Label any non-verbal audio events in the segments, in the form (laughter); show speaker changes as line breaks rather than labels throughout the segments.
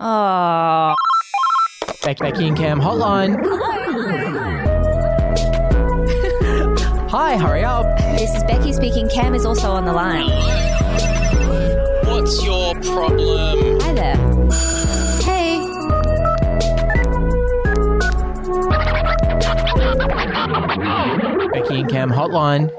Oh.
Beck, Becky and Cam hotline. Hi, hurry up.
This is Becky speaking. Cam is also on the line.
What's your problem?
Hi there. Hey.
Becky and Cam hotline.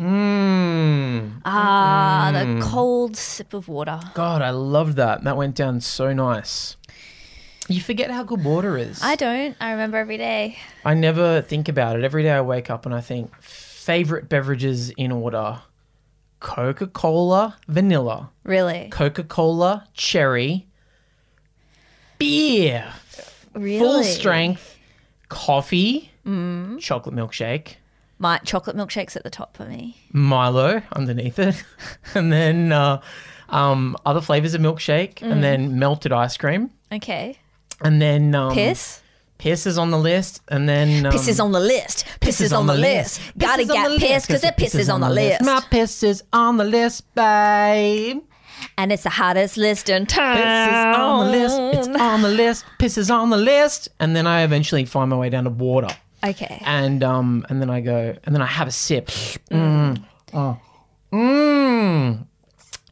Mmm.
Ah,
Hmm.
the cold sip of water.
God, I loved that. That went down so nice. You forget how good water is.
I don't. I remember every day.
I never think about it. Every day I wake up and I think favorite beverages in order Coca Cola, vanilla,
Really?
Coca Cola, cherry, beer,
Really?
full strength, coffee, chocolate milkshake,
My chocolate milkshakes at the top for me.
Milo underneath it, (laughs) and then uh, um, other flavors of milkshake,
Mm.
and then melted ice cream.
Okay.
And then um,
Piss.
Piss is on the list, and then um,
Piss is on the list. Piss is on the list. Gotta get pissed because it pisses on the list.
My piss is on the list, babe.
And it's the hottest list in town.
Piss is on the list. It's on the list. Piss is on the list. And then I eventually find my way down to water,
Okay.
and um, and then I go, and then I have a sip. Mm. Oh. Mm.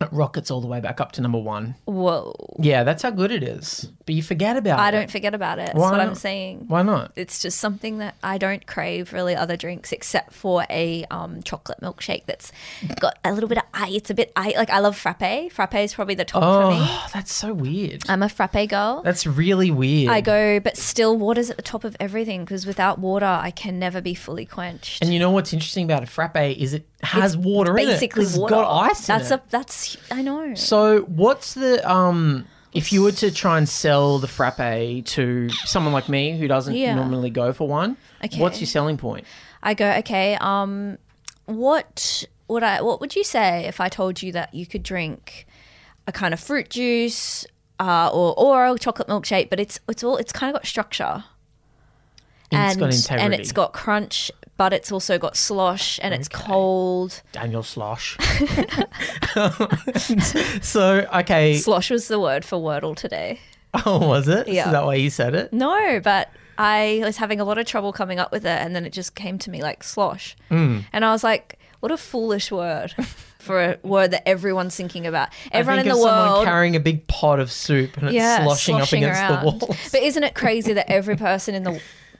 It rockets all the way back up to number one.
Whoa.
Yeah, that's how good it is. But you forget about
I
it.
don't forget about it. That's what I'm
not?
saying.
Why not?
It's just something that I don't crave really other drinks except for a um, chocolate milkshake that's got a little bit of ice. It's a bit ice. Like I love frappe. Frappe is probably the top for me.
Oh, that's so weird.
I'm a frappe girl.
That's really weird.
I go, but still, water's at the top of everything because without water, I can never be fully quenched.
And you know what's interesting about a frappe is it has water in it.
Basically,
'cause
water.
It's got ice
That's
in it.
a that's I know.
so what's the um if you were to try and sell the frappe to someone like me who doesn't
Yeah.
normally go for one,
Okay.
what's your selling point?
I go, okay, um, what would I? What would you say if I told you that you could drink a kind of fruit juice uh, or or a chocolate milkshake, but it's it's all it's kind of got structure
And it's got integrity.
and it's got crunch, but it's also got slosh and it's cold.
Daniel Slosh.
(laughs)
(laughs) so okay.
Slosh was the word for Wordle today.
(laughs) Oh, was it?
Yeah.
Is that why you said it?
No, but I was having a lot of trouble coming up with it, and then it just came to me like slosh. Mm. And I was like, what a foolish word (laughs) for a word that everyone's thinking about. Everyone
I think
in the
of someone
world.
carrying a big pot of soup and it's
yeah,
sloshing,
sloshing
up against
around.
the walls.
But isn't it crazy that every person in the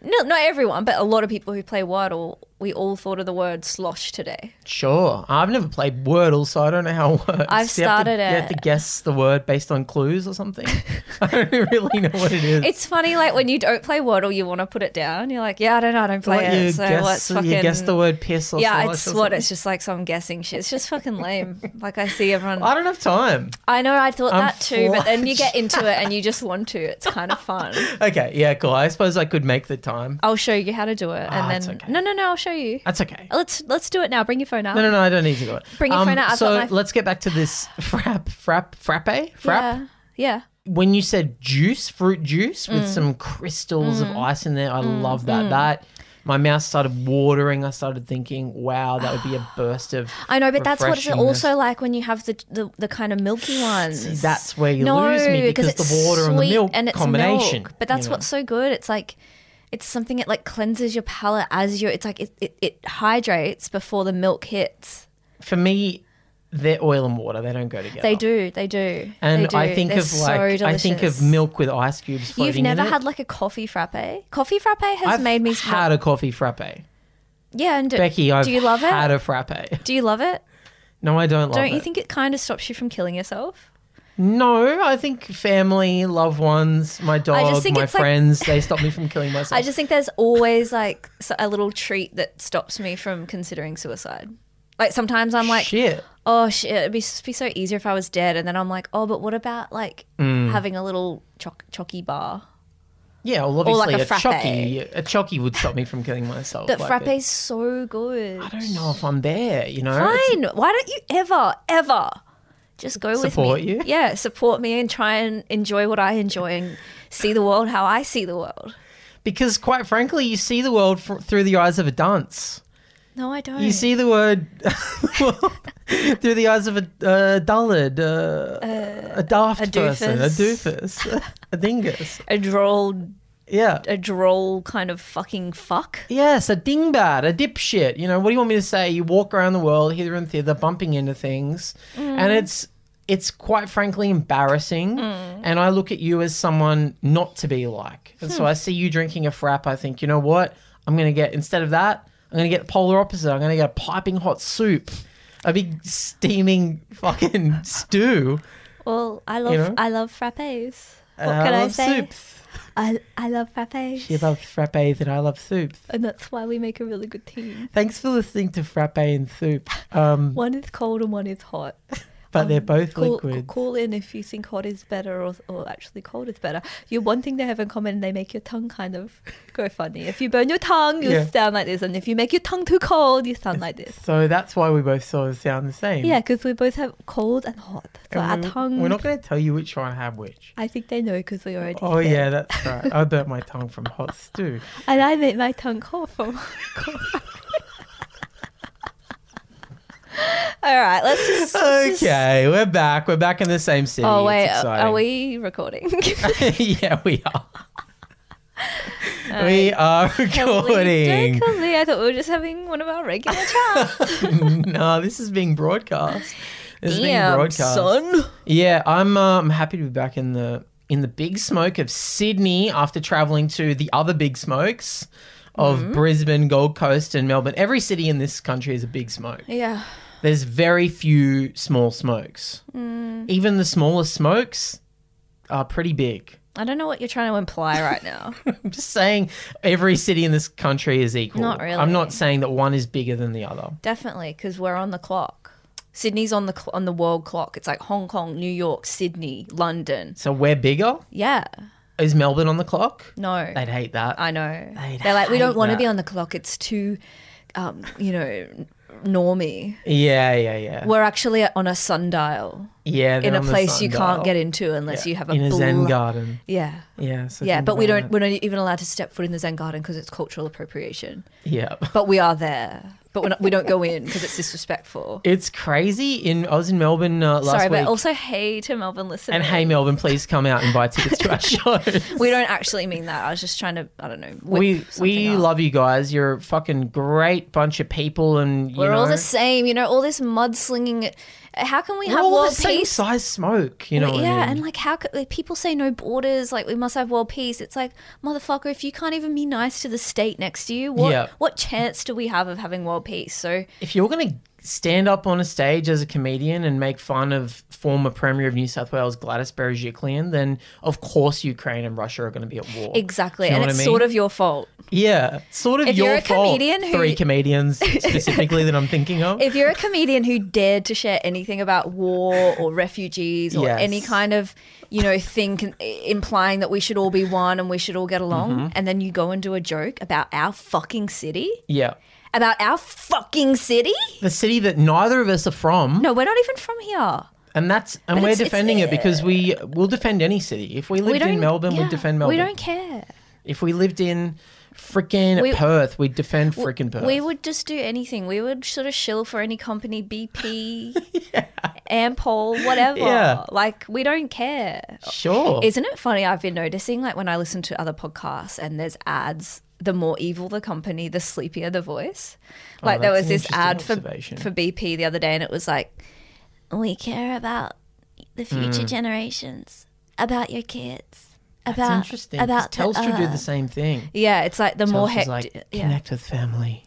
no, not everyone, but a lot of people who play Wordle, we all thought of the word slosh today.
(laughs) Sure. I've never played Wordle, so I don't know how it works.
I've
Do you have to-
started
You have to guess the word based on clues
(laughs)
or something. (laughs) I don't really know what it is.
It's funny, like when you don't play Wordle, you want to put it down. You're like, yeah, I don't know, I don't play
Like,
it.
you,
so
guess,
let's fucking
you guess the word piss or
Yeah,
slosh
it's
or
what
something.
it's just like some guessing shit. It's just fucking
(laughs)
lame. like I see everyone.
I don't have time.
I know I thought
I'm
that too, but then you get into it and you just want to.
(laughs)
It's kind of fun.
Okay, yeah, cool. I suppose I could make the time.
I'll show you how to do it, and
Ah, it's
then
okay.
no, no, no, I'll show you.
That's okay.
Let's let's do it now. Bring your phone out.
No, no, no, I don't need to do it.
Bring your
um,
phone out, I've
So
got my-
let's get back to this (laughs) frap, frap, frappe, frap.
Yeah, yeah.
When you said juice, fruit juice
Mm.
with some crystals of ice in there, I love that. That my mouth started watering. I started thinking, wow, that would be a burst of.
I know, but that's what it's
refreshingness.
also like when you have the the, the kind of
(sighs)
milky ones.
that's where you lose me because
it's
the water and the
sweet
milk
and it's
combination,
milk, but that's
you know.
what's so good. It's like it's something that like cleanses your palate as you. It's like it, it, it hydrates before the milk hits.
For me, they're oil and water. They don't go together.
They do. They do.
And
they do.
I think
They're
of like
so
I think of
delicious.
milk with ice cubes floating
You've never
in it.
had like a coffee frappe. Coffee frappe has
I've
made me
had
smile.
a coffee frappe.
Yeah, and do,
Becky, I've
do you love
had
it?
a frappe. (laughs)
Do you love it?
No, I don't love
Don't
it.
you think it kind of stops you from killing yourself?
No, I think family, loved ones, my dog,
think
my
it's like-
friends, they stop me from killing
(laughs)
myself.
I just think there's always like s- a little treat that stops me from considering suicide. Like sometimes I'm like,
shit.
oh shit, it'd be, s- be so easier if I was dead, and then I'm like, oh, but what about like
Mm.
having a little choc- chocky bar?
Yeah, well,
like
obviously
a
a,
frappe.
chucky, a chucky would stop me from killing myself.
But
like,
frappe's so good.
I don't know if I'm there. You know, It's-
Fine. Why don't you ever, ever just go
Support
with me?
you?
Yeah, support me and try and enjoy what I enjoy and see the world how I see the world.
because quite frankly, you see the world fr- through the eyes of a dunce.
No, I don't.
You see the word (laughs) through the eyes of a uh, dullard, uh, a daft
Uh, a
person, a
doofus.
doofus, (laughs) a dingus.
a droll,
Yeah.
a droll kind of fucking fuck.
Yes, a dingbat, a dipshit. You know, what do you want me to say? You walk around the world hither and thither, bumping into things,
Mm.
and it's it's quite frankly embarrassing.
Mm.
And I look at you as someone not to be like. And
Hmm.
so I see you drinking a frap. I think, you know what? I'm gonna get instead of that, I'm gonna get the polar opposite. I'm gonna get a piping hot soup, a big steaming fucking (laughs) stew.
Well, I love,
know?
I love frappes. What
and
can
I
I,
love
say?
Soups.
I, I love frappes.
She loves frappes, and I love soups.
and that's why we make a really good team.
Thanks for listening to Frappe and Soup. Um,
One is cold and one is hot.
but they're
Um,
both
call,
liquid.
Call in if you think hot is better or, or actually cold is better. You one thing they have in common, they make your tongue kind of (laughs) go funny. If you burn your tongue, you
Yeah.
sound like this. And if you make your tongue too cold, you sound like this.
So that's why we both sort of sound the same.
Yeah, because we both have cold and hot. So
And
our
we,
tongue.
We're not going to tell you which one had which.
I think they know because we already.
Oh
said.
yeah, that's right. I burnt my tongue from
(laughs)
hot stew.
And I make my tongue cold from. cold. (laughs) All right, let's just. let's just-
Okay, we're back. We're back in the same city.
Oh wait,
It's
are-
exciting.
are we recording? (laughs)
(laughs) yeah, we are. we are (laughs) recording.
Totally. I thought we were just having one of our regular
(laughs)
chats.
no, this is being broadcast. This is being
Damn,
broadcast.
son.
Yeah, I'm. Uh, I'm happy to be back in the in the big smoke of Sydney after traveling to the other big smokes of
Mm-hmm.
Brisbane, Gold Coast, and Melbourne. Every city in this country is a big smoke.
Yeah.
There's very few small smokes.
Mm.
Even the smallest smokes are pretty big.
I don't know what you're trying to imply right now. (laughs)
I'm just saying every city in this country is equal.
Not really.
I'm not saying that one is bigger than the other.
Definitely, because we're on the clock. Sydney's on the cl- on the world clock. It's like Hong Kong, New York, Sydney, London.
So we're bigger.
Yeah.
Is Melbourne on the clock?
No.
They'd hate that.
I know.
They'd
They're like, we don't
hate
want to
that.
be on the clock. It's too, um, you know, normy.
yeah, yeah, yeah.
We're actually on a sundial
yeah,
in a place you can't get into unless you have a
in a Zen
bl-
garden.
Yeah.
Yeah, so
Yeah,
think
but we
about
don't. We're not even allowed to step foot in the Zen garden because it's cultural appropriation.
it. Yeah.
But we are there. But we're not, we don't go in because it's disrespectful.
It's crazy. In I was in Melbourne uh, (laughs) last
Sorry,
week.
but also hey to Melbourne listeners.
and hey, Melbourne, please come out and buy
(laughs)
tickets to our show.
we don't actually mean that. I was just trying to. I don't know. whip
we we
something up.
love you guys. You're a fucking great bunch of people, and you
We're
know,
all the same, you know. All this mudslinging. How can we
we're
have
all
world
the same
peace?
size smoke. You know, what I
yeah,
mean?
and like how could, like, people say no borders? Like we must have world peace. It's like motherfucker, if you can't even be nice to the state next to you, what
Yeah.
what chance do we have of having world peace? So
if you're gonna stand up on a stage as a comedian and make fun of former Premier of New South Wales Gladys Berejiklian, then of course Ukraine and Russia are going to be at war.
exactly,
Do you
and
know what
it's
I mean?
sort of your fault.
Yeah, sort of
If
your
you're a
fault.
comedian who- (laughs)
Three comedians specifically that I'm thinking of.
if you're a comedian who dared to share anything about war or refugees or
Yes.
any kind of you know thing con- implying that we should all be one and we should all get along
Mm-hmm.
and then you go and do a joke about our fucking city
yeah,
about our fucking city
the city that neither of us are from,
no we're not even from here
and that's
But
and we're
it's- it's-
defending it because we will defend any city. If we lived
we don't
in Melbourne,
yeah,
we'd defend Melbourne.
we don't care
If we lived in frickin'
We-
Perth, we'd defend frickin' Perth.
we would just do anything we would sort of shill for any company
(laughs)
bp ampol whatever
Yeah.
like we don't care
sure.
Isn't it funny? I've been noticing, like, when I listen to other podcasts and there's ads, the more evil the company, the sleepier the voice. Like, there
Oh, that's
was
an
this ad for,
interesting
for
observation.
BP the other day, and it was like, We care about the future
Mm.
generations, about your kids,
It's
about.
interesting.
about
About Telstra do
uh,
the same thing.
Yeah, it's like the more
Telstra's
hectic.
like
yeah,
connect
(laughs)
with family,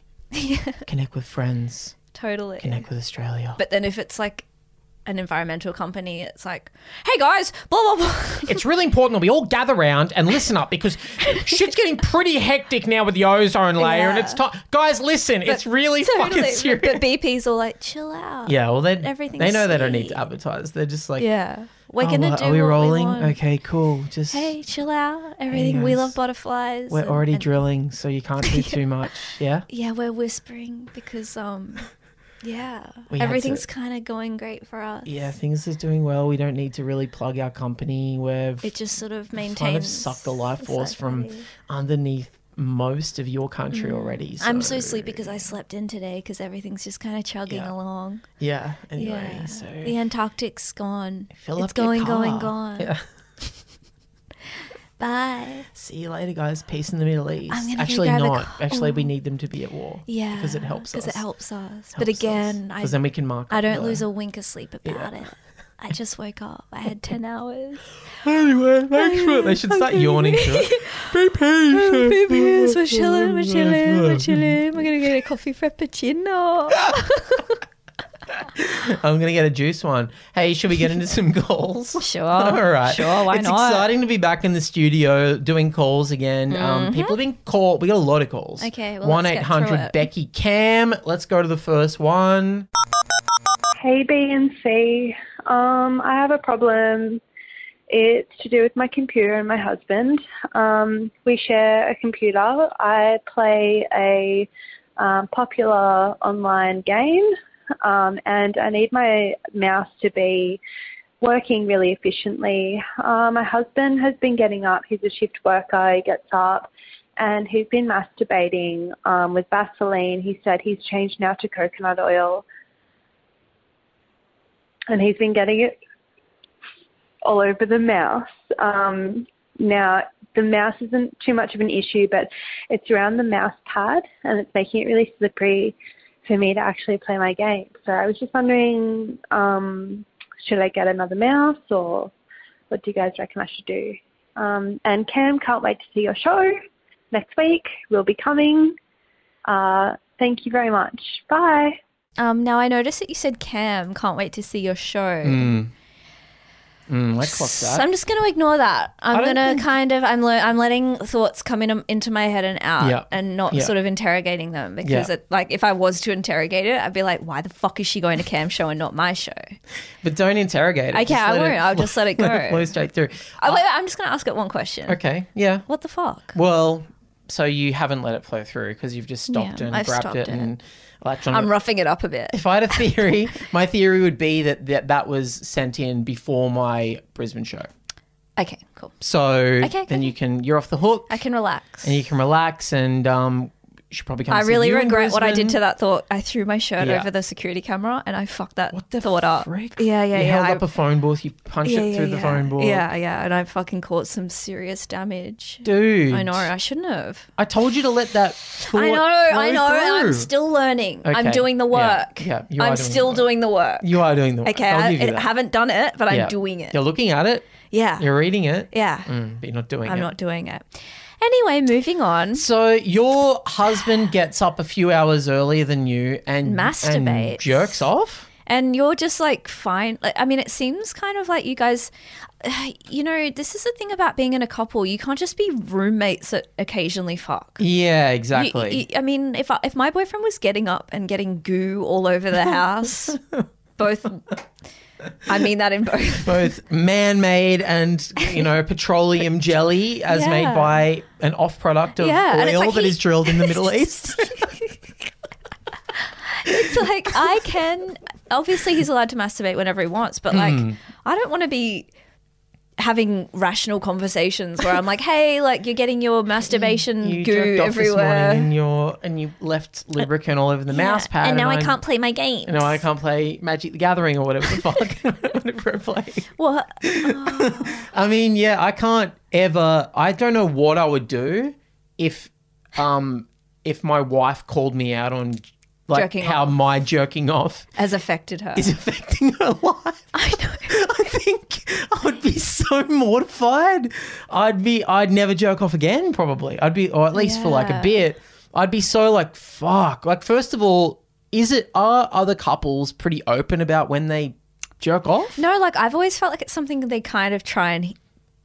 connect with friends,
totally.
connect with Australia.
But then if it's like an environmental company, it's like, Hey guys, blah, blah, blah.
it's really important that we all gather round and listen up because shit's getting pretty hectic now with the ozone layer, and
Yeah.
it's time. Guys, listen, it's really
Totally.
fucking serious.
But BP's all like, Chill out.
yeah, well, they
everything's
they know they don't need
sweet.
to advertise. They're just like,
Yeah. We're
"Oh,
gonna
well,
do
are we
what
rolling?
want.
okay, cool. Just
Hey, chill out. Everything. we
guys.
love butterflies.
we're
and-
already
and-
drilling, so
(laughs)
you can't do too much. Yeah.
yeah, we're whispering because
(laughs)
um, yeah,
We had to-
everything's kind of going great for us.
Yeah, things are doing well. We don't need to really plug our company. We're
It just sort of maintains.
kind of suck the life force from
society.
underneath most of your
Mm.
country already.
I'm so sleepy because I slept in today because everything's just kind of chugging
Yeah.
along.
Yeah. Anyway,
Yeah.
so
The Antarctic's gone.
fill
it's
up your
going, going,
car.
gone.
Yeah.
(laughs)
(laughs)
Bye.
See you later, guys. Peace in the Middle East.
gonna go
Actually,
grab a
not.
co-
Actually, we need them to be at war.
Yeah.
Because it helps us.
Because it helps us. but
Helps us.
again, I,
'Cause then we can mark.
I
up
don't
the-
lose a wink of sleep about it. I just woke up. I had 10 (laughs) hours.
Anyway, thanks for it. They should start yawning to
(laughs)
it. Be patient.
Oh, we're chilling, we're chilling, we're chilling. We're going to get a coffee frappuccino.
I'm gonna get a juice one. Hey, should we get into some (laughs) calls?
Sure.
All right.
Sure, why
it's
not?
exciting to be back in the studio doing calls again. Um, people have been called. We got a lot of calls.
Mm-hmm. Okay, well,
One
let's
eight
get through
hundred
it.
Becky Cam. Let's go to the first one.
Hey B and C. Um, I have a problem. It's to do with my computer and my husband. Um, we share a computer. I play a um, popular online game, um, and I need my mouse to be working really efficiently. Um, my husband has been getting up. He's a shift worker. He gets up. And he's been masturbating um, with Vaseline. He said he's changed now to coconut oil and he's been getting it all over the mouse. Um, now, the mouse isn't too much of an issue, but it's around the mouse pad and it's making it really slippery for me to actually play my game. So I was just wondering um, should I get another mouse or what do you guys reckon I should do? Um, and Cam, can't wait to see your show next week. We'll be coming. Uh, thank you very much. Bye.
Um, now, I noticed that you said Cam, can't wait to see your show.
Mm, let's clock that.
So I'm just going to ignore that. I'm
don't
going to
think-
kind of I'm le- I'm letting thoughts come in um, into my head and out
Yeah.
and not
Yeah.
sort of interrogating them because
Yeah.
it, like if I was to interrogate it, I'd be like, why the fuck is she going to Cam's show and not my show?
But don't interrogate it.
Okay,
Just
I
let
won't.
it
I'll just let it
(laughs)
go.
flow straight through.
Oh, wait, I'm just going to ask it one question.
Okay. Yeah.
What the fuck?
Well, so you haven't let it flow through because you've just stopped
Yeah,
and
I've
grabbed
stopped
it,
it.
and latched on.
I'm
it.
roughing it up a bit.
If I had a theory, (laughs) my theory would be that, that that was sent in before my Brisbane show.
Okay, cool.
So
okay,
then
okay.
you can you're off the hook
I can relax.
and you can relax and um you should probably come.
I
see
really
you in
regret what I did to
Brisbane.
that thought. I threw my shirt
Yeah.
over the security camera and I fucked that
What the
thought up.
frick?
Yeah, yeah,
you
yeah.
held
I-
up a phone booth. You punched
yeah,
it
yeah,
through the
yeah.
phone booth.
Yeah, yeah, and I fucking caused some serious damage.
dude.
I know. I shouldn't have.
I told you to let that.
I
thought
know.
flow
I know. and I'm
through.
still learning.
Okay.
I'm doing the
Yeah,
work.
yeah, you are
I'm
doing the
still
work.
doing the work.
You are doing the.
Okay.
I'll
I,
give you
I
that.
haven't done it, but
Yeah.
I'm doing it.
You're looking at it.
Yeah.
You're reading it.
yeah.
Mm, but you're not doing
I'm
it.
not doing it. Anyway, moving on.
So your husband gets up a few hours earlier than you and and
Masturbates.
jerks off.
And you're just like fine. Like, I mean, it seems kind of like you guys. (sighs) You know, this is the thing about being in a couple. You can't just be roommates that occasionally fuck.
Yeah,
You-
exactly.
you- (laughs) I mean, if I, if my boyfriend was getting up and getting goo all over the
(laughs)
house, both. I mean that in both.
Both man-made and you know petroleum jelly, as
Yeah.
made by an off-product of
Yeah, and it's
oil
like
that
he-
is drilled
(laughs)
in the Middle East.
It's like I can. Obviously, he's allowed to masturbate whenever he wants, but like,
Mm.
I don't want to be having rational conversations where I'm like, "Hey, like you're getting your masturbation
You
goo
jerked off this
everywhere."
morning and your and you left lubricant all over the
Yeah,
mouse pad,
and now I
I'm-
can't play my games.
No, I can't play Magic the Gathering or whatever (laughs) the fuck. whatever I play.
What?
I mean, yeah, I can't ever. I don't know what I would do if, um, if my wife called me out on like
Jerking
how my jerking off
Has affected her.
is affecting her (laughs) life. I know. (laughs) I think I would be so mortified. I'd be. I'd never jerk off again. Probably. I'd be, or at least for like a
Yeah.
bit. I'd be so like fuck. Like first of all, is it are other couples pretty open about when they jerk off?
No, like I've always felt like it's something they kind of try and he-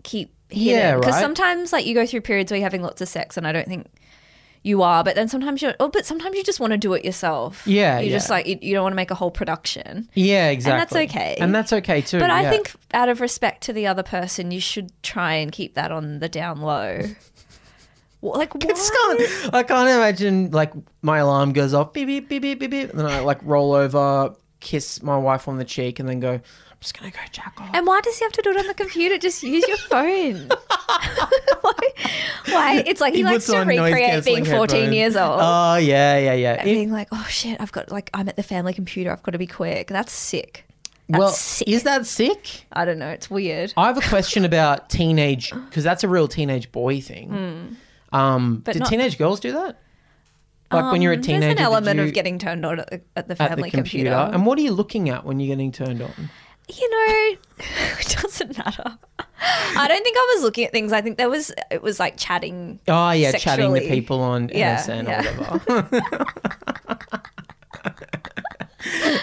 keep hidden.
Yeah, right.
sometimes, like you go through periods where you're having lots of sex, and I don't think you are. But then sometimes you're. Oh, but sometimes you just want to do it yourself.
Yeah,
you just
yeah.
like you, you don't want to make a whole production.
Yeah, exactly.
okay.
And that's okay too.
But I
yeah.
think out of respect to the other person, you should try and keep that on the down low. Wha-
(laughs)
like
I
what?
just can't. I can't imagine like my alarm goes off, beep beep beep beep beep, beep, and then I like roll over, kiss my wife on the cheek and then go, I'm just going to go jack off.
And why does he have to do it on the computer? Just use your
(laughs)
phone. why, why? It's like he, likes
puts
to
on noise
recreate being
cancelling
14
headphones.
years old.
Oh, yeah, yeah, yeah.
and being like, oh shit, I've got like I'm at the family computer. I've got to be quick. That's sick. That's
well,
sick.
is that sick?
I don't know. It's weird.
I have a question about teenage because that's a real teenage boy thing. Um,
But
did
not-
teenage girls do that? Like when you're a
Um,
teenager,
there's an
did
element
you-
of getting turned on at the, at the
at
family
the computer. And what are you looking at when you're getting turned on?
you know, (laughs) it doesn't matter. I don't think I was looking at things. I think there was it was like chatting.
Oh yeah, chatting
Sexually.
to people on
Yeah,
MSN
yeah.
or whatever.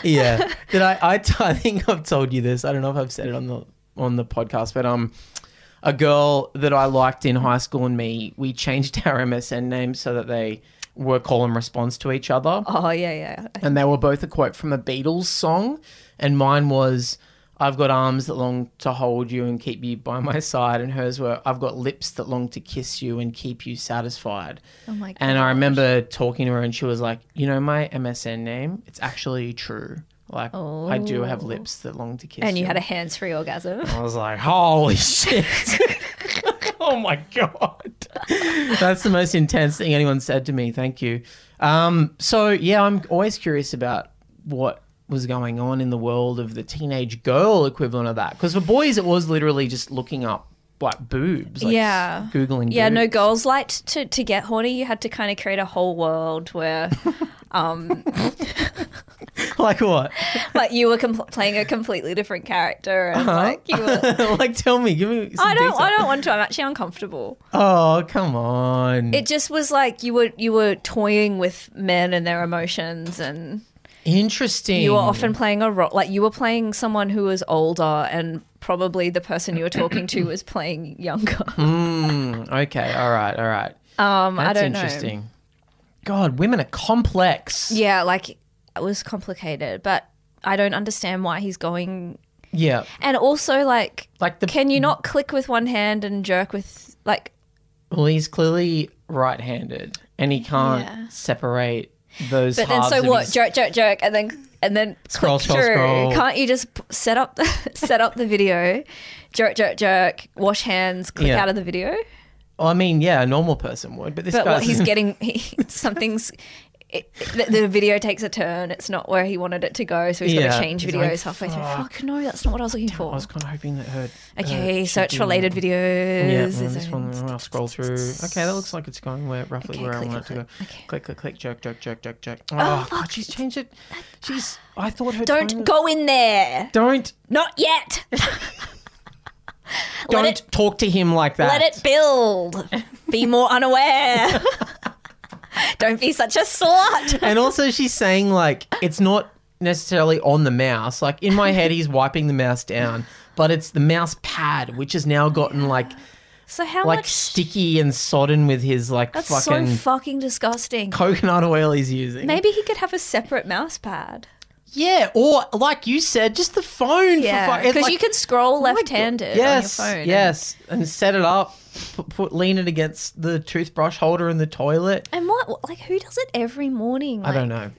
yeah. Did I, I? t- I think I've told you this. I don't know if I've said it on the on the podcast, but um, a girl that I liked in high school and me, we changed (laughs) our MSN names so that they were call and response to each other
Oh yeah, yeah.
and they were both a quote from a Beatles song, and mine was "I've got arms that long to hold you and keep you by my side," and hers were "I've got lips that long to kiss you and keep you satisfied."
Oh my
And I remember talking to her, and she was like, "You know my MSN name? It's actually true. Like I do have lips that long to kiss."
Oh. And you had a hands-free orgasm.
I was like, "Holy shit." (laughs) Oh my god, that's the most intense thing anyone said to me. Thank you. Um, so yeah, I'm always curious about what was going on in the world of the teenage girl equivalent of that. Because for boys, it was literally just looking up like boobs, like,
Yeah.
googling.
Yeah, no
boobs.
girls liked to, to get horny. You had to kind of create a whole world
(laughs)
where,
(laughs) like what?
like, you were compl- playing a completely different character, and
Uh-huh.
like you were.
like tell me, give me. Some
I don't.
detail.
I don't want to. I'm actually uncomfortable.
Oh come on,
It just was like you were you were toying with men and their emotions, and
interesting.
you were often playing a role. Like you were playing someone who was older, and probably the person you were talking to was playing
(laughs)
younger.
Mm, okay, all right, all right.
Um, I
That's
don't know.
interesting. God, women are complex.
Yeah, like it was complicated, but I don't understand why he's going.
yeah.
And also, like,
Like the
can you not click with one hand and jerk with like?
Well, he's clearly right-handed, and he can't
Yeah.
separate those.
But then, so
halves of
what?
his-
Jerk, jerk, jerk, and then and then
Scroll,
click
scroll,
through.
scroll.
Can't you just p- set up the (laughs) set up the video? Jerk, jerk, jerk. Wash hands. Click
Yeah.
out of the video.
Well, I mean, yeah, a normal person would, but this
But
guy. (laughs)
what he's (laughs) getting, he, something's. It, the, the video takes a turn. It's not where he wanted it to go, so he's got
Yeah.
to change
He's
videos
like,
halfway through.
"Fuck."
Fuck no, that's not what I was looking
I
for.
was kind of hoping that her.
Okay,
her
search
cheeky-
related videos.
Yeah,
is
well, this
there-
one. I'll scroll through. Okay, that looks like it's going where roughly
Okay,
where I
click,
want it to go.
click, click. Okay.
Click, click, click, jerk, jerk, jerk, jerk, jerk. Oh,
fuck.
God, she's changed it. She's. I thought her. tone
Don't
was-
go in there.
Don't
Not yet.
don't
it-
talk to him like that.
Let it build. Be more (laughs) unaware. Don't be such a slut.
and also she's saying like it's not necessarily on the mouse like in my head he's wiping the mouse down but it's the mouse pad which has now gotten like
So how
like
much?
sticky and sodden with his like
that's
fucking
so fucking disgusting.
coconut oil he's using
Maybe he could have a separate mouse pad.
yeah or like you said just the phone
Yeah,
because
because you can scroll left-handed
yes
on your phone. and-
yes and set it up put, put lean it against the toothbrush holder in the toilet
And what? Like, who does it every morning?
i
Like,
don't know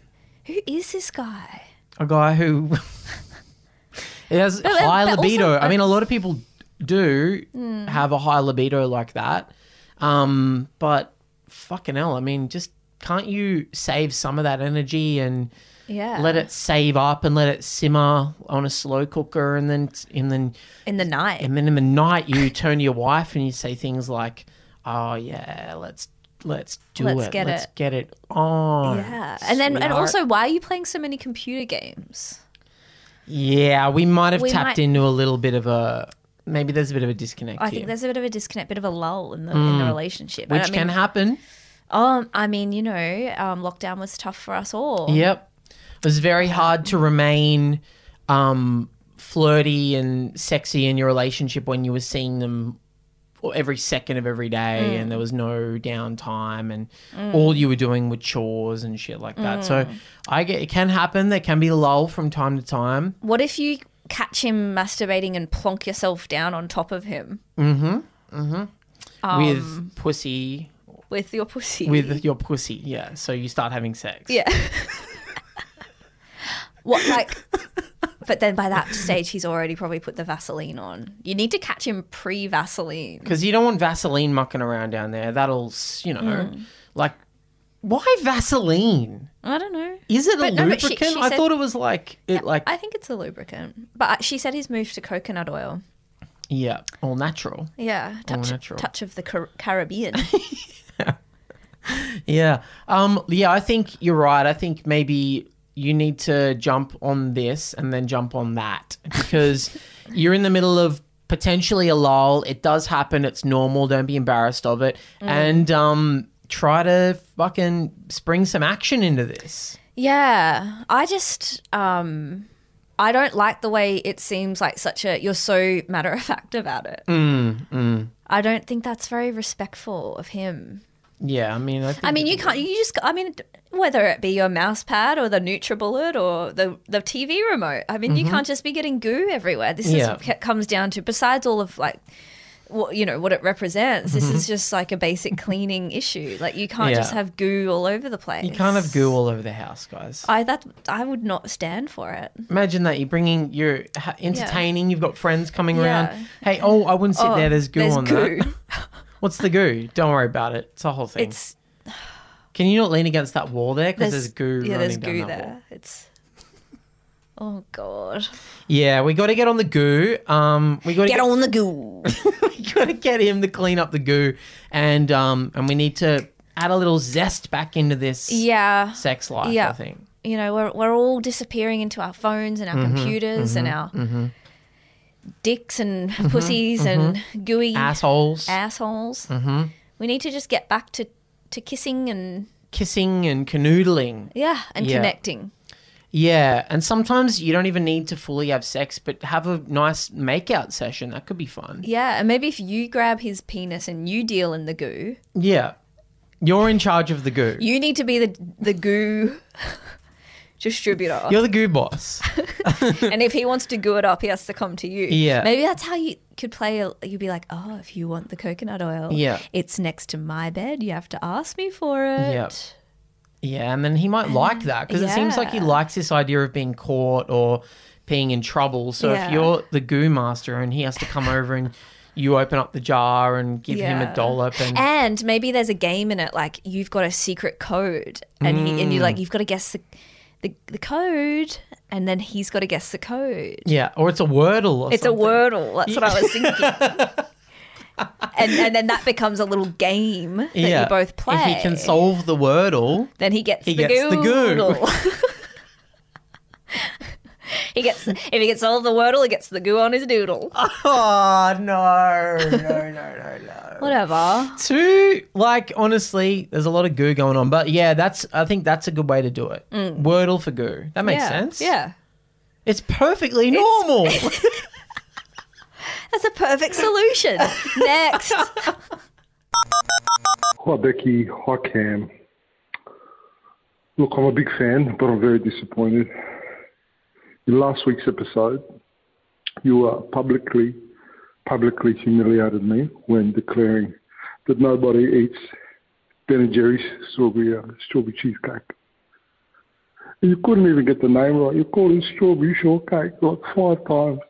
Who is this guy?
a guy who (laughs) it has
but-
high
but also- Hmm.
libido. I mean, a lot of people do have a high libido like that. Um, but fucking hell, I mean, just can't you save some of that energy and
Yeah.
let it save up and let it simmer on a slow cooker and then and then
in the night.
and then in the
(laughs)
night you turn to your wife and you say things like, "Oh yeah, let's." Let's do
Let's
it.
get
Let's
it."
get it on.
yeah. And then, and
sweetheart.
also, why are you playing so many computer games?
Yeah, we might have
We
tapped
might-
into a little bit of a maybe there's a bit of a disconnect
I
here,
think there's a bit of a disconnect, bit of a lull in the in
Mm.
the relationship.
which
I mean,
can happen.
um, I mean, you know, um, lockdown was tough for us all.
Yep, it was very hard to remain um, flirty and sexy in your relationship when you were seeing them every second of every day,
Mm.
and there was no downtime, and all you were doing were chores and shit like that. So
Mm.
I get it can happen. There can be a lull from time to time.
What if you catch him masturbating and plonk yourself down on top of him Um,
with pussy,
with your pussy?
with your pussy, yeah. So you start having sex.
yeah.
What like? (laughs) but then by that stage, he's already probably put the Vaseline on. You need to catch him pre Vaseline.
Because you don't want Vaseline mucking around down there. That'll, s- you know,
Hmm.
like, why Vaseline?
I don't know.
Is it a
But no, but she-
lubricant?
she
I
said-
thought it was like it, like
I think it's a lubricant, but uh, she said he's moved to coconut oil.
yeah, all natural.
Yeah, touch,
natural.
touch of the Car- Caribbean.
Yeah. Um. Yeah. I think you're right. I think maybe you need to jump on this and then jump on
(laughs)
that because you're in the middle of potentially a lull. It does happen. It's normal. Don't be embarrassed of it.
Mm.
And um, try to fucking spring some action into this.
Yeah, I just um I don't like the way it seems like such a you're so matter of fact about it. Mm, I don't think that's very respectful of him.
Yeah. I mean. I, think
I mean, you can't. You just. I mean, whether it be your mouse pad or the NutriBullet or the the TV remote. I mean, you can't just be getting goo everywhere. This
Mm-hmm. Yeah.
is is comes down to besides all of like. What, you know what it represents. This is just like a basic cleaning issue. Like you can't
Mm-hmm. Yeah.
just have goo all over the place.
You can't have goo all over the house, guys.
I that I would not stand for it.
Imagine that you're bringing, you're ha- entertaining. You've got friends coming
Yeah.
around. Hey, oh, I wouldn't sit there. There's goo on
goo.
that. What's the goo? Don't worry about it. It's a whole thing.
It's
Can you not lean against that wall there? Because
there's,
there's, goo.
Yeah, there's
running down
goo
that
(laughs) there.
Wall.
It's oh god.
Yeah, we got to get on the goo. Um, we got to
Get
(laughs) get,
on the goo.
(laughs) we got to get him to clean up the goo, and um, and we need to add a little zest back into this
yeah,
sex life.
Yeah.
I think.
you know we're we're all disappearing into our phones and our computers and our dicks and pussies and gooey
Assholes,
assholes. We need to just get back to to kissing and
kissing and canoodling.
yeah and
Yeah.
connecting.
Yeah, and sometimes you don't even need to fully have sex, but have a nice makeout session. That could be fun.
Yeah, and maybe if you grab his penis and you deal in the goo,
Yeah, you're in charge of the goo.
you need to be the the goo (laughs) distributor.
You're the goo boss.
and if he wants to goo it up, he has to come to you.
Yeah.
Maybe that's how you could play. a- You'd be like, oh, if you want the coconut oil,
Yeah.
it's next to my bed. You have to ask me for it.
Yeah. (laughs) Yeah, and then he might like that because it seems like he
yeah.
likes this idea of being caught or being in trouble. So
Yeah.
if you're the goo master and he has to come over and you open up the jar and give him
Yeah.
a dollop and
And maybe there's a game in it, like you've got a secret code, and he, and you like you've got to guess the, the the code, and then he's got to guess the code.
yeah, or it's a wordle. Or
It's
something.
a wordle. That's what I was thinking.
(laughs)
and and then that becomes a little game (laughs) that you both play.
If he can solve the wordle,
Then he gets
He
the
gets the goo.
goodle. he gets if he gets all the wordle, he gets the goo on his doodle.
(laughs) oh no, no, no, no, no.
Whatever.
Two, like honestly, there's a lot of goo going on, but yeah, that's I think that's a good way to do it. Wordle for goo. That makes
Mm. yeah.
sense.
Yeah.
it's perfectly normal.
(laughs)
(laughs)
That's a perfect
(laughs)
solution. Next.
Hi Becky, hi Cam. Look, I'm a big fan, but I'm very disappointed. In last week's episode, you uh, publicly, publicly humiliated me when declaring that nobody eats Ben and Jerry's strawberry, uh, strawberry cheesecake. And you couldn't even get the name right. You called it strawberry shortcake like five times.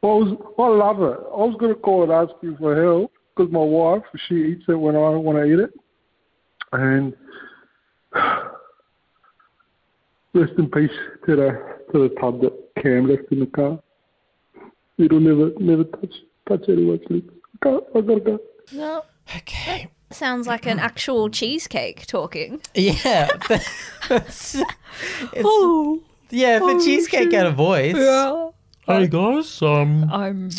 I was, I love it. I was going to call and ask you for help because my wife, she eats it when I don't want to eat it. And (sighs) rest in peace to the to the tub that Cam left in the car. It'll never never touch touch anyone's lips. I can't. I gotta go.
well,
okay.
sounds like an actual cheesecake talking.
Yeah. (laughs) that's- it's- yeah, if a cheesecake had a voice. Hey guys, um,
I'm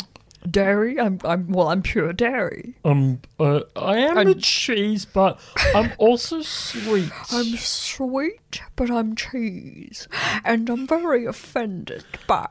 dairy. I'm I'm well, I'm pure dairy.
Um, uh, I am the cheese, but I'm also sweet.
(laughs) I'm sweet, but I'm cheese, and I'm very offended by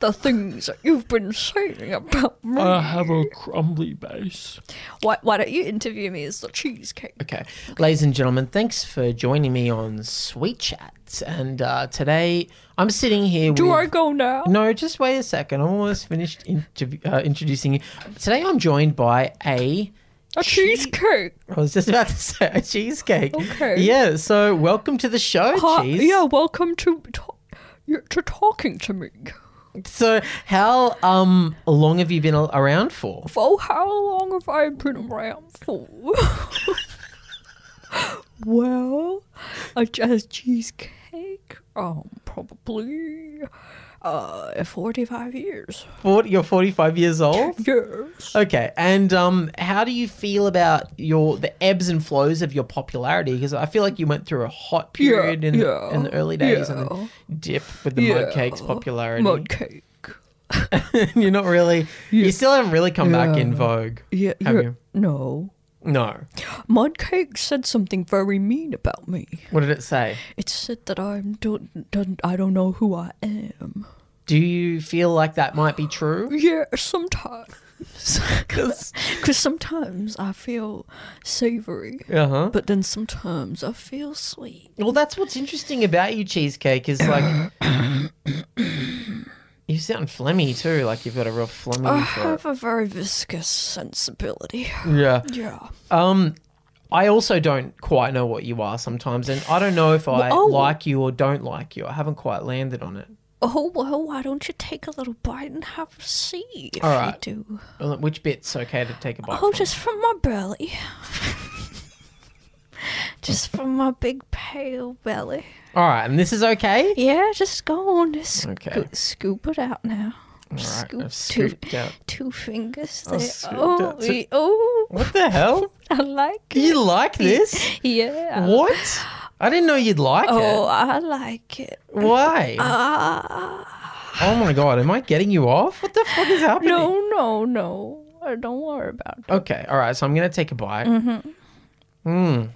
the things that you've been saying about me.
I have a crumbly base.
why, why don't you interview me as the cheesecake?
okay, ladies and gentlemen, thanks for joining me on Sweet Chat. And uh, today I'm sitting here.
Do
with...
I go now?
No, just wait a second. I'm almost finished interv- uh, introducing you. Today I'm joined by a.
A cheesecake.
I was just about to (laughs) say a cheesecake.
Okay.
Yeah. So welcome to the show,
Hi-
cheese.
yeah, welcome to. to-
you to talking to me.
So, how um long have you been al- around for?
For how long have I been around for?
(laughs)
well, I just cheesecake. Um, probably uh, 45 years.
40, you're 45 years old.
(laughs) Yes.
Okay, and um, how do you feel about your the ebbs and flows of your popularity? Because I feel like you went through a hot period in,
yeah,
The, in the early days and
yeah.
then dip with the mud cakes popularity.
Mud cake.
(laughs) you're not really. You still haven't really come back in
Yeah.
vogue.
Yeah,
Have
yeah.
you?
No.
No.
Mudcake said something very mean about me.
What did it say?
It said that I'm don't, don't I don't know who I am.
Do you feel like that might be true?
Yeah,
(laughs)
sometimes.
'Cause-
Because sometimes I feel savory,
uh-huh.
but then sometimes I feel sweet.
Well, that's what's interesting about you, cheesecake. Is like (coughs) you sound phlegmy too. Like you've got a real
I
phlegmy throat.
Oh, have a very viscous sensibility.
Yeah.
Yeah.
Um, I also don't quite know what you are sometimes, and I don't know if I
Oh.
like you or don't like you. I haven't quite landed on it.
Oh, well, why don't you take a little bite and have a seat if
All right.
you do?
Uh, Which bit's okay to take a bite? from?
Oh, just from my belly. (laughs) just from my big pale belly.
All right, and this is okay.
Yeah, just go on. Just sco-
Okay.
scoop it out now.
All right, I've
two,
scooped out.
two fingers
I've
there.
scooped
Oh,
out two-
we- oh,
What the hell?
I like it.
You
(laughs)
like this?
Yeah.
What? I didn't know you'd like
Oh,
it.
I like it.
Why?
Ah,
oh my god, am I getting you off? What the fuck is happening?
no, Oh, no, no. Uh, Don't worry about it.
Okay, all right. So I'm gonna take a bite.
Mm-hmm.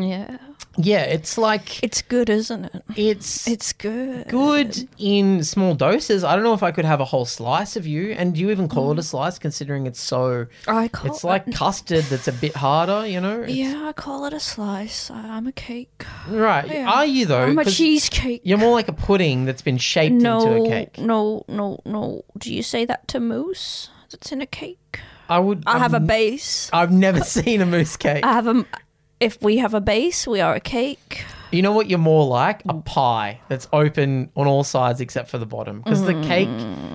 Yeah.
Yeah, it's like
It's good, isn't it?
it's
It's good.
good in small doses. I don't know if I could have a whole slice of you. And do you even call it a
Mm.
slice, considering it's so?
I call
It's like custard that's a bit harder, you know. It's-
uh, Yeah, I call it a slice. I, I'm a cake.
Right?
Oh, Yeah.
Are you though?
I'm a
Oh, 'Cause
cheesecake.
You're more like a pudding that's been shaped into a
no,
cake.
no, no, no. Do you say that to moose? That's in a cake.
I would.
I have a
I've-
base.
I've never (laughs) seen a moose cake.
I have a. If we have a base, we are a cake.
You know what you're more like? A
Mm.
pie that's open on all sides except for the bottom. Because the cake,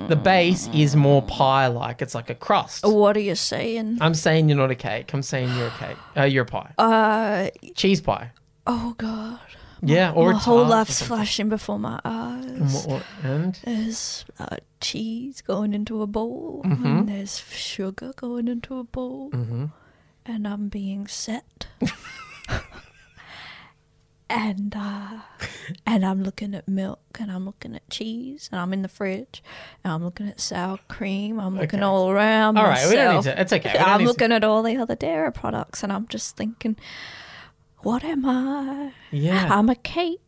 the base is more
Mm.
pie like. It's like a crust.
What are you saying?
I'm saying you're not a cake. I'm saying you're a cake. Uh, you're a pie.
Uh,
Cheese pie.
oh God.
Yeah. Or
My
a
whole
tart or
life's
something.
flashing before my eyes.
What- what- And
There's uh, cheese going into a bowl,
Mm-hmm.
and there's sugar going into a bowl, and I'm
(laughs)
being set. and uh, and I'm looking at milk, and I'm looking at cheese, and I'm in the fridge, and I'm looking at sour cream. I'm looking
Okay.
all around.
All right, we don't need
myself.
to- it's okay, we don't
I'm
need to-
looking at all the other dairy products, and I'm just thinking, what am I?
yeah.
I'm a cake.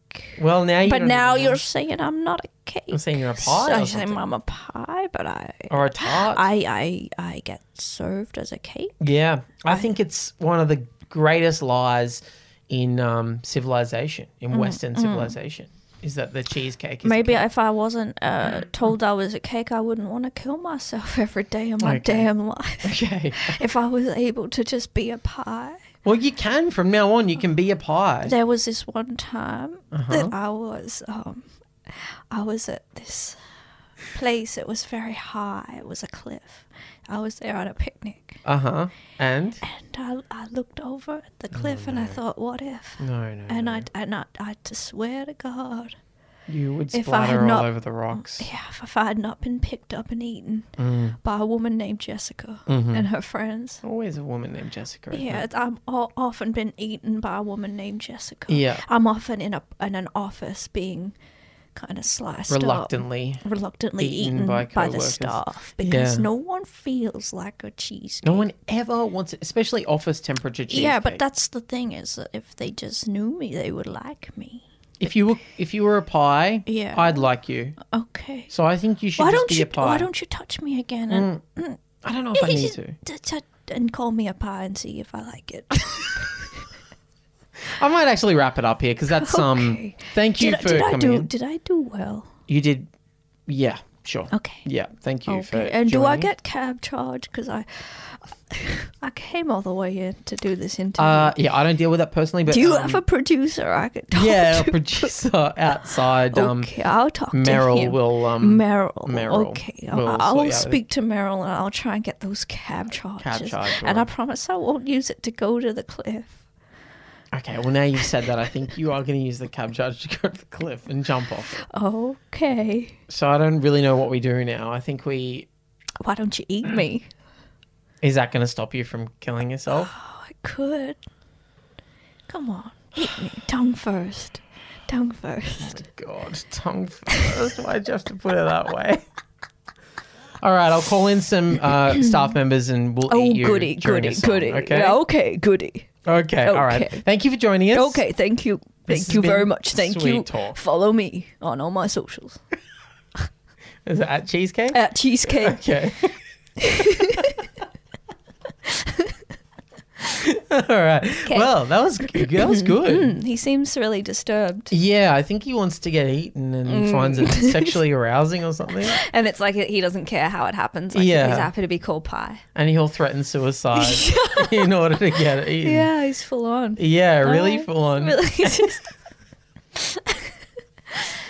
well, now you.
But
don't
now
even-
you're saying I'm not a cake.
I'm saying
(laughs)
you're a
So
pie. or
I say
something.
I'm a pie, but I,
Or a tart.
I, I, I get served as a cake.
yeah, I think it's one of the greatest lies in um, civilization, in Western civilization, is that the Mm-hmm. cheesecake is a
Mm-hmm,
(laughs)
Maybe
cake.
if I wasn't uh, told I was a cake, I wouldn't want to kill myself (laughs) every day of my
Okay.
damn life.
(laughs) Okay.
if I was able to just be a pie.
Well, you can from now on. You can be a pie.
(laughs) There was this one time
Uh-huh.
that I was, um, I was at this place. It was very high. It was a cliff. I was there on a picnic,
Uh huh. And
and I, I looked over at the cliff, and I thought, what if?
no, no.
And
Oh, no.
I and I, I just swear to God,
you would
if I had
splatter all
not-
over the
(laughs)
rocks. Mm,
yeah, if, if I had not been picked up and eaten by a woman named Jessica
Hmm.
and her friends,
mm-hmm. Always a woman named Jessica. isn't
yeah,
it?
it's- I'm o- often been eaten by a woman named Jessica.
Yeah.
I'm often in a in an office being kind of sliced up,
Reluctantly.
reluctantly
eaten
eaten,
by
by, the
coworkers.
staff because
Yeah.
no one feels like a cheesecake.
No one ever wants it, especially office temperature cheesecake.
yeah, but that's the thing is that if they just knew me, they would like me.
if you were if you were a pie,
Yeah.
I'd like you.
Okay.
So I think you should
Why
just
don't
be
you?
a pie. Mm.
Why don't you touch me again? And
I don't know if I
(laughs)
need to.
T- t- and call me a pie and see if I like it.
I might actually wrap it up here because that's um.
Okay.
Thank you
did I,
for
did I
coming
do?
in.
Did I do well?
You did, yeah. Sure.
Okay.
Yeah. Thank you for.
Okay. And do I
joining.
get cab charge? Because I, (laughs) I came all the way in to do this interview.
Uh, yeah, I don't deal with that personally, but
do you
um,
have a producer? I could talk (laughs)
yeah,
to.
producer outside. Um,
okay, I'll talk
Meryl
to him.
will, um,
Meryl.
Meryl
Okay,
will
I'll,
sort
I'll
you out with it.
speak to Meryl and I'll try and get those cab charges.
charge
and I
one.
promise I won't use it to go to the cliff.
Okay, well now you've said that, I think you are going to use the cab charge to go to the cliff and jump off.
Okay.
So I don't really know what we do now. I think we
Why don't you eat me?
is that going to stop you from killing yourself?
I could. Come on, eat me. Tongue first. Tongue first.
God, tongue first. Why'd you have to put it that way? (laughs) All right, I'll call in some uh, staff members and we'll
Oh,
eat you
goody,
during
goody,
a song,
goody.
Okay?
Yeah, okay, goody.
okay, all right.
Okay.
Thank you for joining us.
Okay, thank you.
This
Thank
has
you very
been
much. Thank
sweet
you.
talk.
Follow me on all my socials
Is it at cheesecake? (laughs)
at Cheesecake. (laughs)
Okay. All right. Well, that was that was good.
Hmm, He seems really disturbed.
Yeah, I think he wants to get eaten and
Mm.
he finds
(laughs)
it sexually arousing or something,
And it's like he doesn't care how it happens. Like
Yeah.
he's happy to be called pie.
and he'll threaten
(laughs)
suicide in order to get it eaten.
Yeah, Uh, he's full on.
Yeah, really full on.
Really,
(laughs)
just-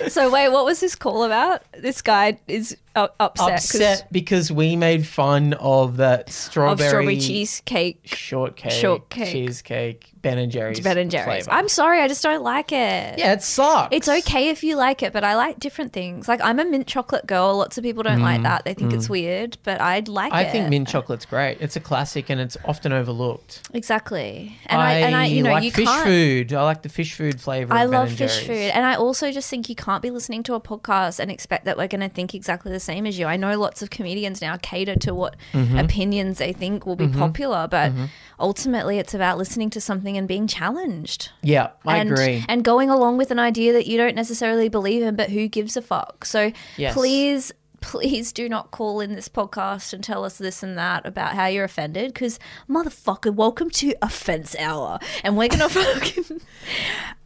so wait, what was this call about? This guy is u- upset 'cause
Upset because we made fun of that
of
strawberry,
strawberry cheesecake.
shortcake,
Shortcake.
cheesecake, Ben and Jerry's,
Ben and Jerry's.
flavor.
I'm sorry, I just don't like it.
yeah, it sucks.
It's okay if you like it, but I like different things. Like I'm a mint chocolate girl. Lots of people don't like that. They think it's weird, but I'd like
Mm. I
it.
think mint chocolate's great. It's a classic and it's often overlooked.
exactly. And I, and I you know
like
you
fish
can't
food. I like the fish food flavor.
I
of Ben
love
and
fish
Jerry's.
food. And I also just think you can't be listening to a podcast and expect that we're going to think exactly the same as you. I know lots of comedians now cater to what
Mm-hmm.
opinions they think will be popular, but ultimately it's about listening to something and being challenged.
Yeah, I
and,
agree.
And going along with an idea that you don't necessarily believe in, but who gives a fuck? So
Yes.
please. (laughs) Please do not call in this podcast and tell us this and that about how you're offended, because motherfucker, welcome to Offense Hour, and we're gonna (laughs) fucking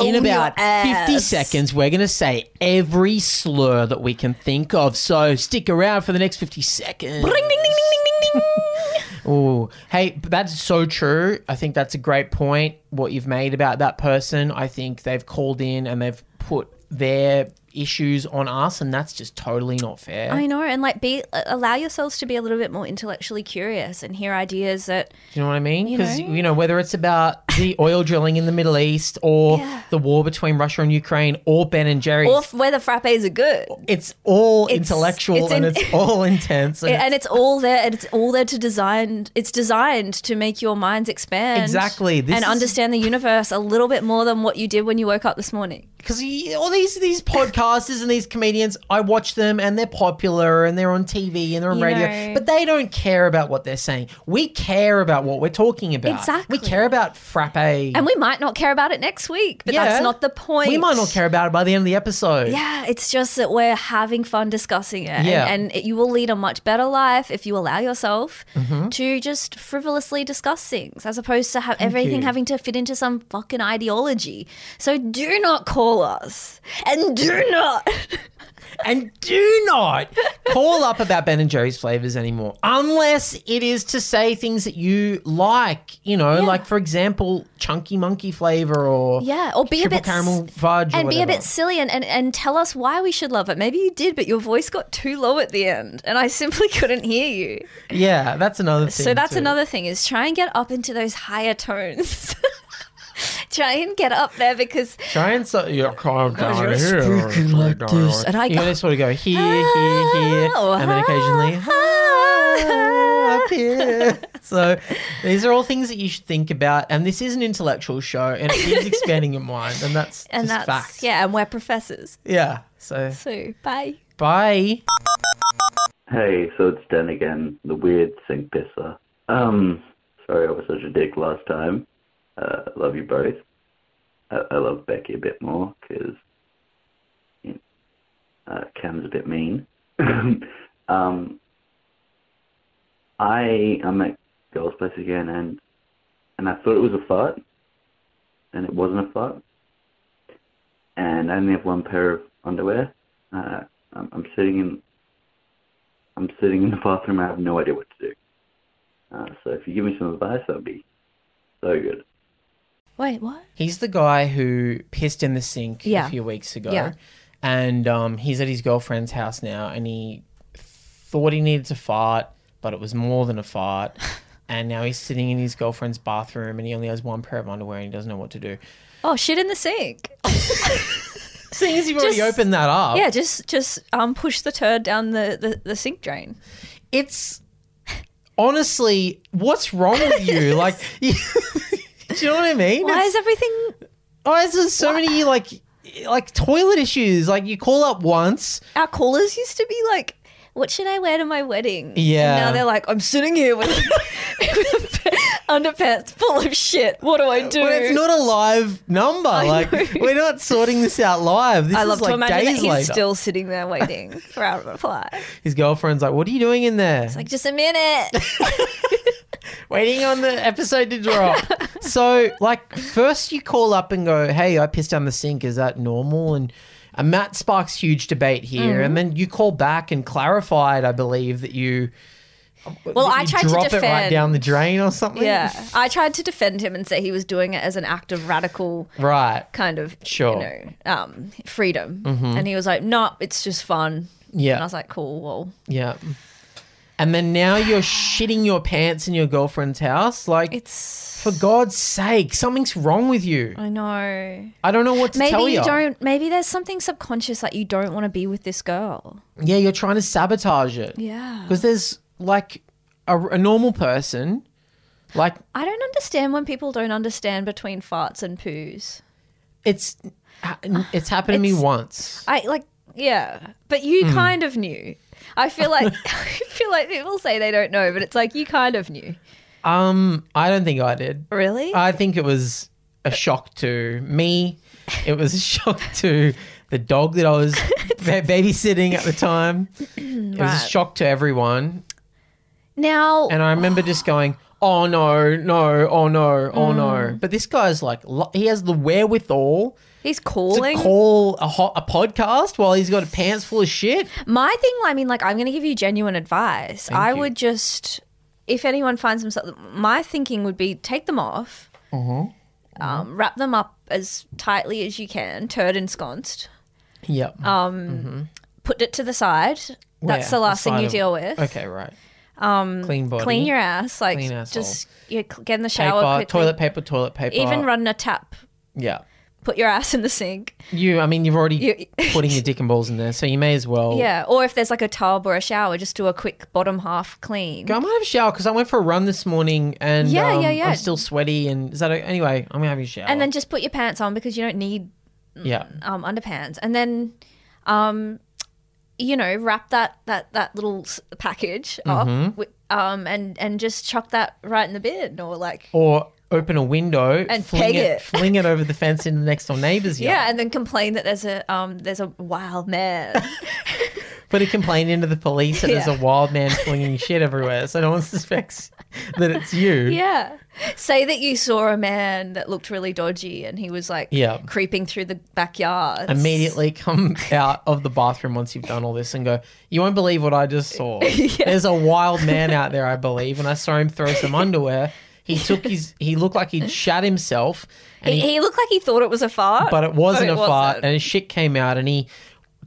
In
own your
about fifty
ass.
seconds, we're gonna say every slur that we can think of. So stick around for the next fifty seconds.
Ding, ding, ding, ding, ding, ding.
Ooh, hey, but that's so true. I think that's a great point. What you've made about that person, I think they've called in and they've put their issues on us, and that's just totally not fair.
I know, and like be allow yourselves to be a little bit more intellectually curious and hear ideas that
Do you know what I mean? Because you, know whether it's about the oil drilling in the Middle East or the war between Russia and Ukraine or Ben and Jerry's,
or f- whether frappes are good,
it's all
It's-
intellectual
it's
and
in-
it's
(laughs)
all (laughs) intense. And
and it's all there, and it's all there to design. It's designed to make your minds expand
Exactly. This
and
is-
understand the universe a little bit more than what you did when you woke up this morning.
because all these these podcasters and these comedians, I watch them and they're popular and they're on TV and they're on
You
radio,
know.
but they don't care about what they're saying. We care about what we're talking about.
Exactly.
We care about frappe.
And we might not care about it next week, but
Yeah.
that's not the point.
we might not care about it by the end of the episode.
Yeah, it's just that we're having fun discussing it. and-
Yeah.
And, it, you will lead a much better life if you allow yourself
Mm-hmm.
to just frivolously discuss things as opposed to have everything
you.
having to fit into some fucking ideology. So do not call us and do not.
And do not call up about Ben and Jerry's flavors anymore, unless it is to say things that you like. You know, like for example, chunky monkey flavor, or
(laughs) Yeah, or be a
triple
bit s-
caramel fudge, or
and be a
whatever.
bit silly and, and, and tell us why we should love it. Maybe you did, but your voice got too low at the end and I simply (laughs) couldn't hear you.
Yeah, that's another thing.
So that's
too.
another thing is try and get up into those higher tones. (laughs) try and get up there because
Try and so you're calm down
you're
here.
speaking like this, and I
you gotta
go-
sort of go here, here, here,
Oh,
and then
(laughs)
occasionally "Ah, up here. So these are all things that you should think about, and this is an intellectual show, and it
(laughs)
is expanding your mind, and that's
and
just
that's
fact.
yeah, and we're professors.
Yeah. So
So bye.
bye.
Hey, so it's Den again, the weird sink pisser. Um, sorry I was such a dick last time. Uh, love you both. I, I love Becky a bit more because you know, uh, Cam's a bit mean. (coughs) um, I am at girls' place again, and and I thought it was a fart, and it wasn't a fart. And I only have one pair of underwear. Uh, I'm, I'm sitting in I'm sitting in the bathroom. I have no idea what to do. Uh, so if you give me some advice, that'd be so good.
Wait, what?
He's the guy who pissed in the sink
Yeah.
a few weeks ago.
Yeah.
And um, he's at his girlfriend's house now and he thought he needed to fart, but it was more than
(laughs)
a fart. and now he's sitting in his girlfriend's bathroom and he only has one pair of underwear and he doesn't know what
(laughs)
to do.
Oh, shit in the sink.
Oh. Seeing as you've already
Just-
opened that up,
Yeah, just just um push the turd down the, the, the sink drain.
it's honestly, what's wrong with
(laughs)
you? like, you- (laughs) do you know what I mean?
Why
It's-
is everything?
Oh, there's just so many like like toilet issues. Like you call up once,
Our callers used to be like, "What should I wear to my wedding?"
Yeah.
And now they're like, "I'm sitting here with, (laughs) with a pa- underpants full of shit. What do I do?"
but it's not a live number. like
know.
we're not sorting this out live. This
I
is
love
like
to imagine that
days
he's
later.
still sitting there waiting for our reply.
His girlfriend's like, "What are you doing in there?
Like, just a minute.
(laughs) Waiting on the episode
(laughs)
to drop." so, like, first you call up and go, "Hey, I pissed down the sink. Is that normal?" And and that sparks huge debate here.
Mm-hmm.
And then you call back and clarified, I believe, that you.
Well,
that
I
you
tried to
drop it right
defend-
down the drain or something.
yeah, I tried to defend him and say he was doing it as an act of radical
Right.
kind of
Sure. Mm-hmm.
you know um, freedom, and he was like, "No, it's just fun."
Yeah.
And I was like, "Cool, well."
Yeah. And then now you're shitting your pants in your girlfriend's house. Like,
It's
for God's sake, something's wrong with you.
I know.
I don't know what to
Maybe
tell you.
you don't. Maybe there's something subconscious like you don't want to be with this girl.
Yeah, you're trying to sabotage it.
Yeah.
Because there's like a, a normal person, like,
I don't understand when people don't understand between farts and poos.
it's. ha- It's happened to me
It's-
once.
I like yeah, but
Mm.
you kind of knew. I feel like (laughs) I feel like people say they don't know, but it's like you kind of knew.
Um, I don't think I did.
Really?
I think it was a shock to me. It was a (laughs) shock to the dog that I was ba- babysitting at the time. It was a
Right.
shock to everyone.
now
And I remember just going, oh no, no, oh no, oh
Mm.
no. But this guy's like, lo- he has the wherewithal
he's
to
calling.
call a, hot, a podcast while he's got a pants full of shit.
My thing, I mean, like, I'm going to give you genuine advice. I
you.
would just, if anyone finds themselves, my thinking would be take them off,
Mm-hmm.
um, wrap them up as tightly as you can, turd ensconced,
Yep.
Oh, put it to the side. That's
Yeah,
the last thing
side
you
of-
deal with.
Okay, right. Um, clean body.
Clean your ass. Like,
Clean asshole.
just you know, get in the
paper,
shower quickly.
toilet paper, toilet paper.
Even running a tap.
Yeah.
Put your ass in the sink.
You, I mean, you've already
You-
(laughs) putting your dick and balls in there, so you may as well.
Yeah. Or if there's like a tub or a shower, just do a quick bottom half clean.
Go, I'm gonna have a shower because I went for a run this morning and
Yeah,
um,
yeah, yeah.
I'm still sweaty and is that okay? anyway? I'm gonna have a shower
And then just put your pants on because you don't need
yeah,
um, underpants, and then, um, you know, wrap that that that little s- package up,
Mm-hmm.
wi- um, and and just chuck that right in the bin, or like,
or open a window
And
fling
peg it. (laughs)
fling it over the fence in the next door neighbor's
yeah.
yard.
and then complain that there's a um there's a wild
(laughs)
man.
Put a complaint into the police that there's
Yeah.
a wild man flinging shit everywhere, so no one suspects that it's you.
yeah, say that you saw a man that looked really dodgy, and he was like,
Yeah.
creeping through the backyard.
Immediately come out of the bathroom once you've done all this and go, You won't believe what I just
(laughs)
saw. There's a wild man out there, I believe, and I saw him throw
(laughs)
some underwear. He took his he looked like he'd shat himself and
He,
he
he looked like he thought it was a fart,
(laughs) but it wasn't
it
a fart,
wasn't.
and his shit came out, and he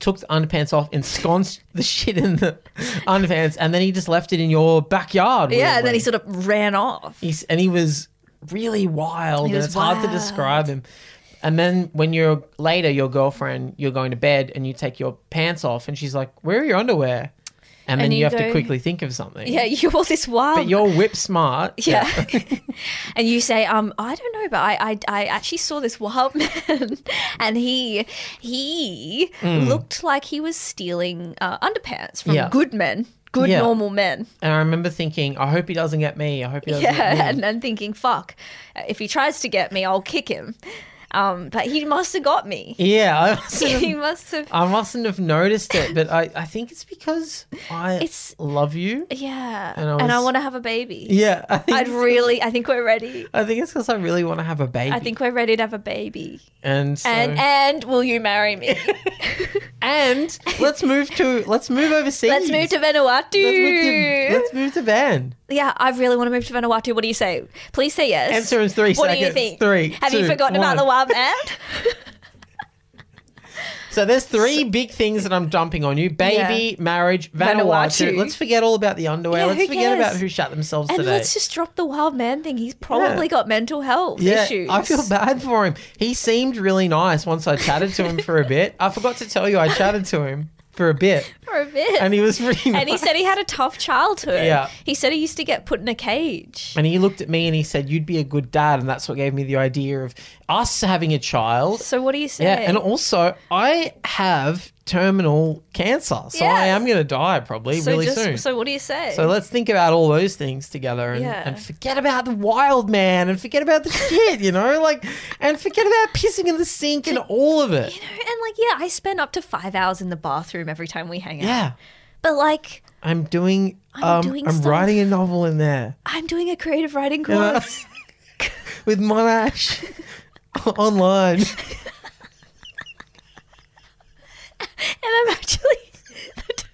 took the underpants off, (laughs) ensconced the shit in the underpants, and then he just left it in your backyard.
yeah, and then
weirdly.
he sort of ran off.
He's, and he was really wild,
He
and
was
it's hard to
wild.
describe him. And then when you're later, your girlfriend, you're going to bed, and you take your pants off, and she's like, "Where are your underwear?" And, then
And
you,
you
have to
go-
quickly think of something.
Yeah, (laughs) you all this wild.
But you're whip smart.
Yeah. and you say, um, I don't know, but I, I, I actually saw this wild (laughs) man and he he looked like he was stealing uh, underpants from
Hmm. Yeah.
good men, good
Yeah.
normal men.
And I remember thinking, I hope he doesn't get me. I hope he
(laughs)
doesn't
Yeah.
get me.
And then thinking, fuck, if he tries to get me, I'll kick him. Um, but he must have got me.
Yeah. I (laughs) was
he (laughs) must have.
I mustn't have noticed it, but I, I think it's because I
It's-
love you.
Yeah.
And
And
I
I,
was-
want to have a baby.
Yeah, I think,
I'd really, I think we're ready.
I think it's because I really want to have a baby.
I think we're ready to have a baby.
and so,
And and will you marry me?
(laughs) And (laughs) let's move to let's move
(laughs)
overseas.
Let's move to Vanuatu.
let's move to, let's move to Van.
yeah, I really want to move to Vanuatu. What do you say? Please say yes.
Answer in three
What do you
seconds.
think?
Three,
Have you
two,
forgotten
one.
about the wild
(laughs)
man?
So there's three big things that I'm dumping on you: baby, marriage, Vanuatu.
Vanuatu.
Let's forget all about the underwear.
Yeah,
let's
who cares?
forget about who shut themselves
and
today.
let's just drop the wild man thing. He's probably got mental health
yeah,
issues.
I feel bad for him. He seemed really nice once I chatted to him for a bit. I forgot to tell you I chatted to him for a bit,
for a bit.
and he was really nice.
And he said he had a tough childhood.
Yeah.
He said he used to get put in a cage.
And he looked at me and he said, "You'd be a good dad," and that's what gave me the idea of us having a child.
So what do you say?
Yeah, and also I have terminal cancer, so
Yeah.
I am going to die probably
so
really
just,
soon.
So what do you say?
So let's think about all those things together and,
Yeah.
and forget about the wild man and
(laughs)
forget about the shit, you know, like, and forget about pissing in the sink and all of it.
you know, and like, yeah, I spend up to five hours in the bathroom every time we hang out.
Yeah.
But like,
I'm doing, um, I'm,
doing stuff.
writing a novel in there
I'm doing a creative writing
Yeah.
course.
with Monash (laughs)
(laughs)
online.
(laughs) and I'm actually (laughs) the, t-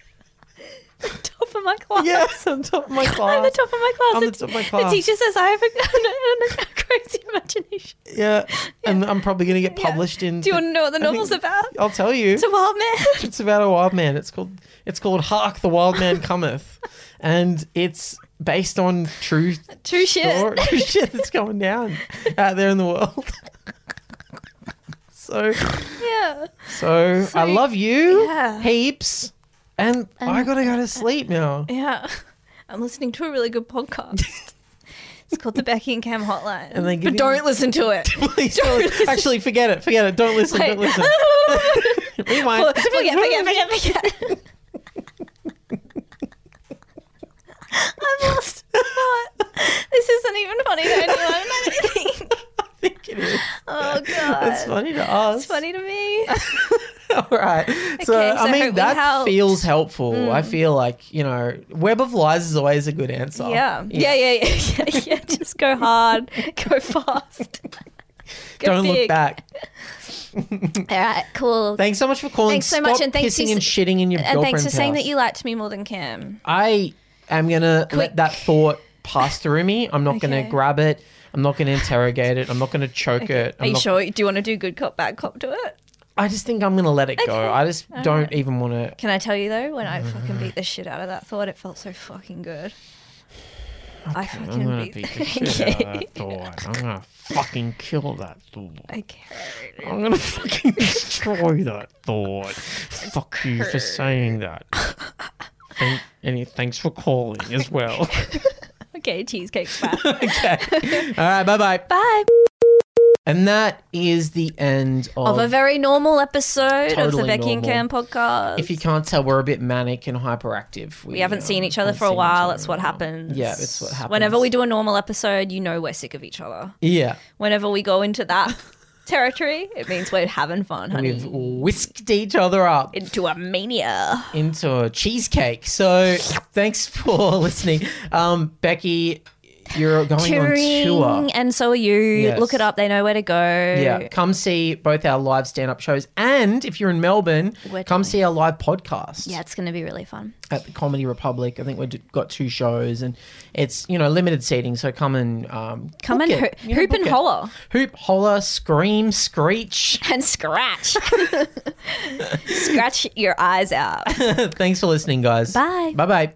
the top of my class.
Yes, on top of my
(laughs)
class.
I'm the top of my class.
I'm the
It's-
top of my class.
The teacher says I have a, (laughs) a crazy imagination.
yeah. And I'm probably going to get published in.
Do you want to know what the
I think-
novel's about?
I'll tell you.
(laughs) It's a wild man.
it's about a wild man. It's called it's called Hark the Wild Man Cometh, and it's based on true
True shit.
(laughs) story shit that's going down out there in the world. so
Yeah.
so I love you
Yeah.
heaps, and I gotta go to sleep now.
Yeah. I'm listening to a really good
(laughs)
podcast. it's called the Becky and Cam Hotline.
And they give
but
you-
don't listen to it.
Please (laughs) don't- actually forget it. Forget it. Don't listen. Don't
(laughs)
listen. Rewind.
forget, forget, forget, (laughs) forget. I'm lost. for
(laughs)
thought. This isn't even funny to anyone. I don't think.
I think it is.
Oh god.
It's funny to us.
It's funny to me.
(laughs) All right. So,
Okay, so
I
hope
mean,
we
that
helped. Mm.
feels helpful. I feel like, you know, Web of Lies is always a good answer.
Yeah. Oh. Yeah, yeah, yeah, (laughs) yeah, yeah. Just go hard, (laughs) go fast. Go
Don't look
big.
back.
All right, cool.
Thanks so much for calling.
Thanks so much,
Stop
and thanks
pissing
you-
and shitting in your
and thanks for
girlfriend's
saying
house.
that you liked me more than Cam.
I am gonna let
Quick.
that thought pass through me. I'm not gonna
Okay.
grab it. I'm not gonna interrogate it. I'm not gonna choke it.
Are
I'm
you
not-
sure? Do you want to do good cop, bad cop to it?
I just think I'm gonna let it go. I just don't even want to.
Can I tell you though, when I fucking beat the shit out of that thought, it felt so fucking good. I
I'm
fucking
gonna
beat,
beat the shit out of that thought. I'm gonna fucking kill that thought.
Okay.
I'm gonna fucking destroy that thought. Fuck you for saying that. And, and thanks for calling
(laughs)
as well.
Okay, cheesecake's back.
okay. All right. Bye bye.
Bye.
And that is the end
Of
of.
a very normal episode of the
Totally
Becky and Cam
normal.
podcast.
if you can't tell, we're a bit manic and hyperactive. um,
we haven't seen each other
haven't
for a
seen each
while.
other
That's
in a
what
while.
happens.
Yeah, it's what happens.
Whenever we do a normal episode, you know we're sick of each other.
Yeah,
Whenever we go into that territory, it means we're having fun, honey.
we've whisked each other up.
into a mania.
into a cheesecake. So thanks for (laughs) listening. Um, Becky, you're going on
touring,
tour.
and so are you.
Yes.
Look it up; they know where to go.
Yeah, come see both our live stand-up shows, and if you're in Melbourne,
We're
come
doing-
see our live podcast
yeah, it's gonna be really fun.
at the Comedy Republic. I think we've got two shows, and it's you know limited seating, so come and um,
Come
book
and
it.
hoo-
You know,
hoop
book
and
it.
holler
hoop, holler, scream, screech. (laughs)
and scratch, (laughs) scratch your eyes out.
Thanks for listening, guys.
Bye.
Bye bye.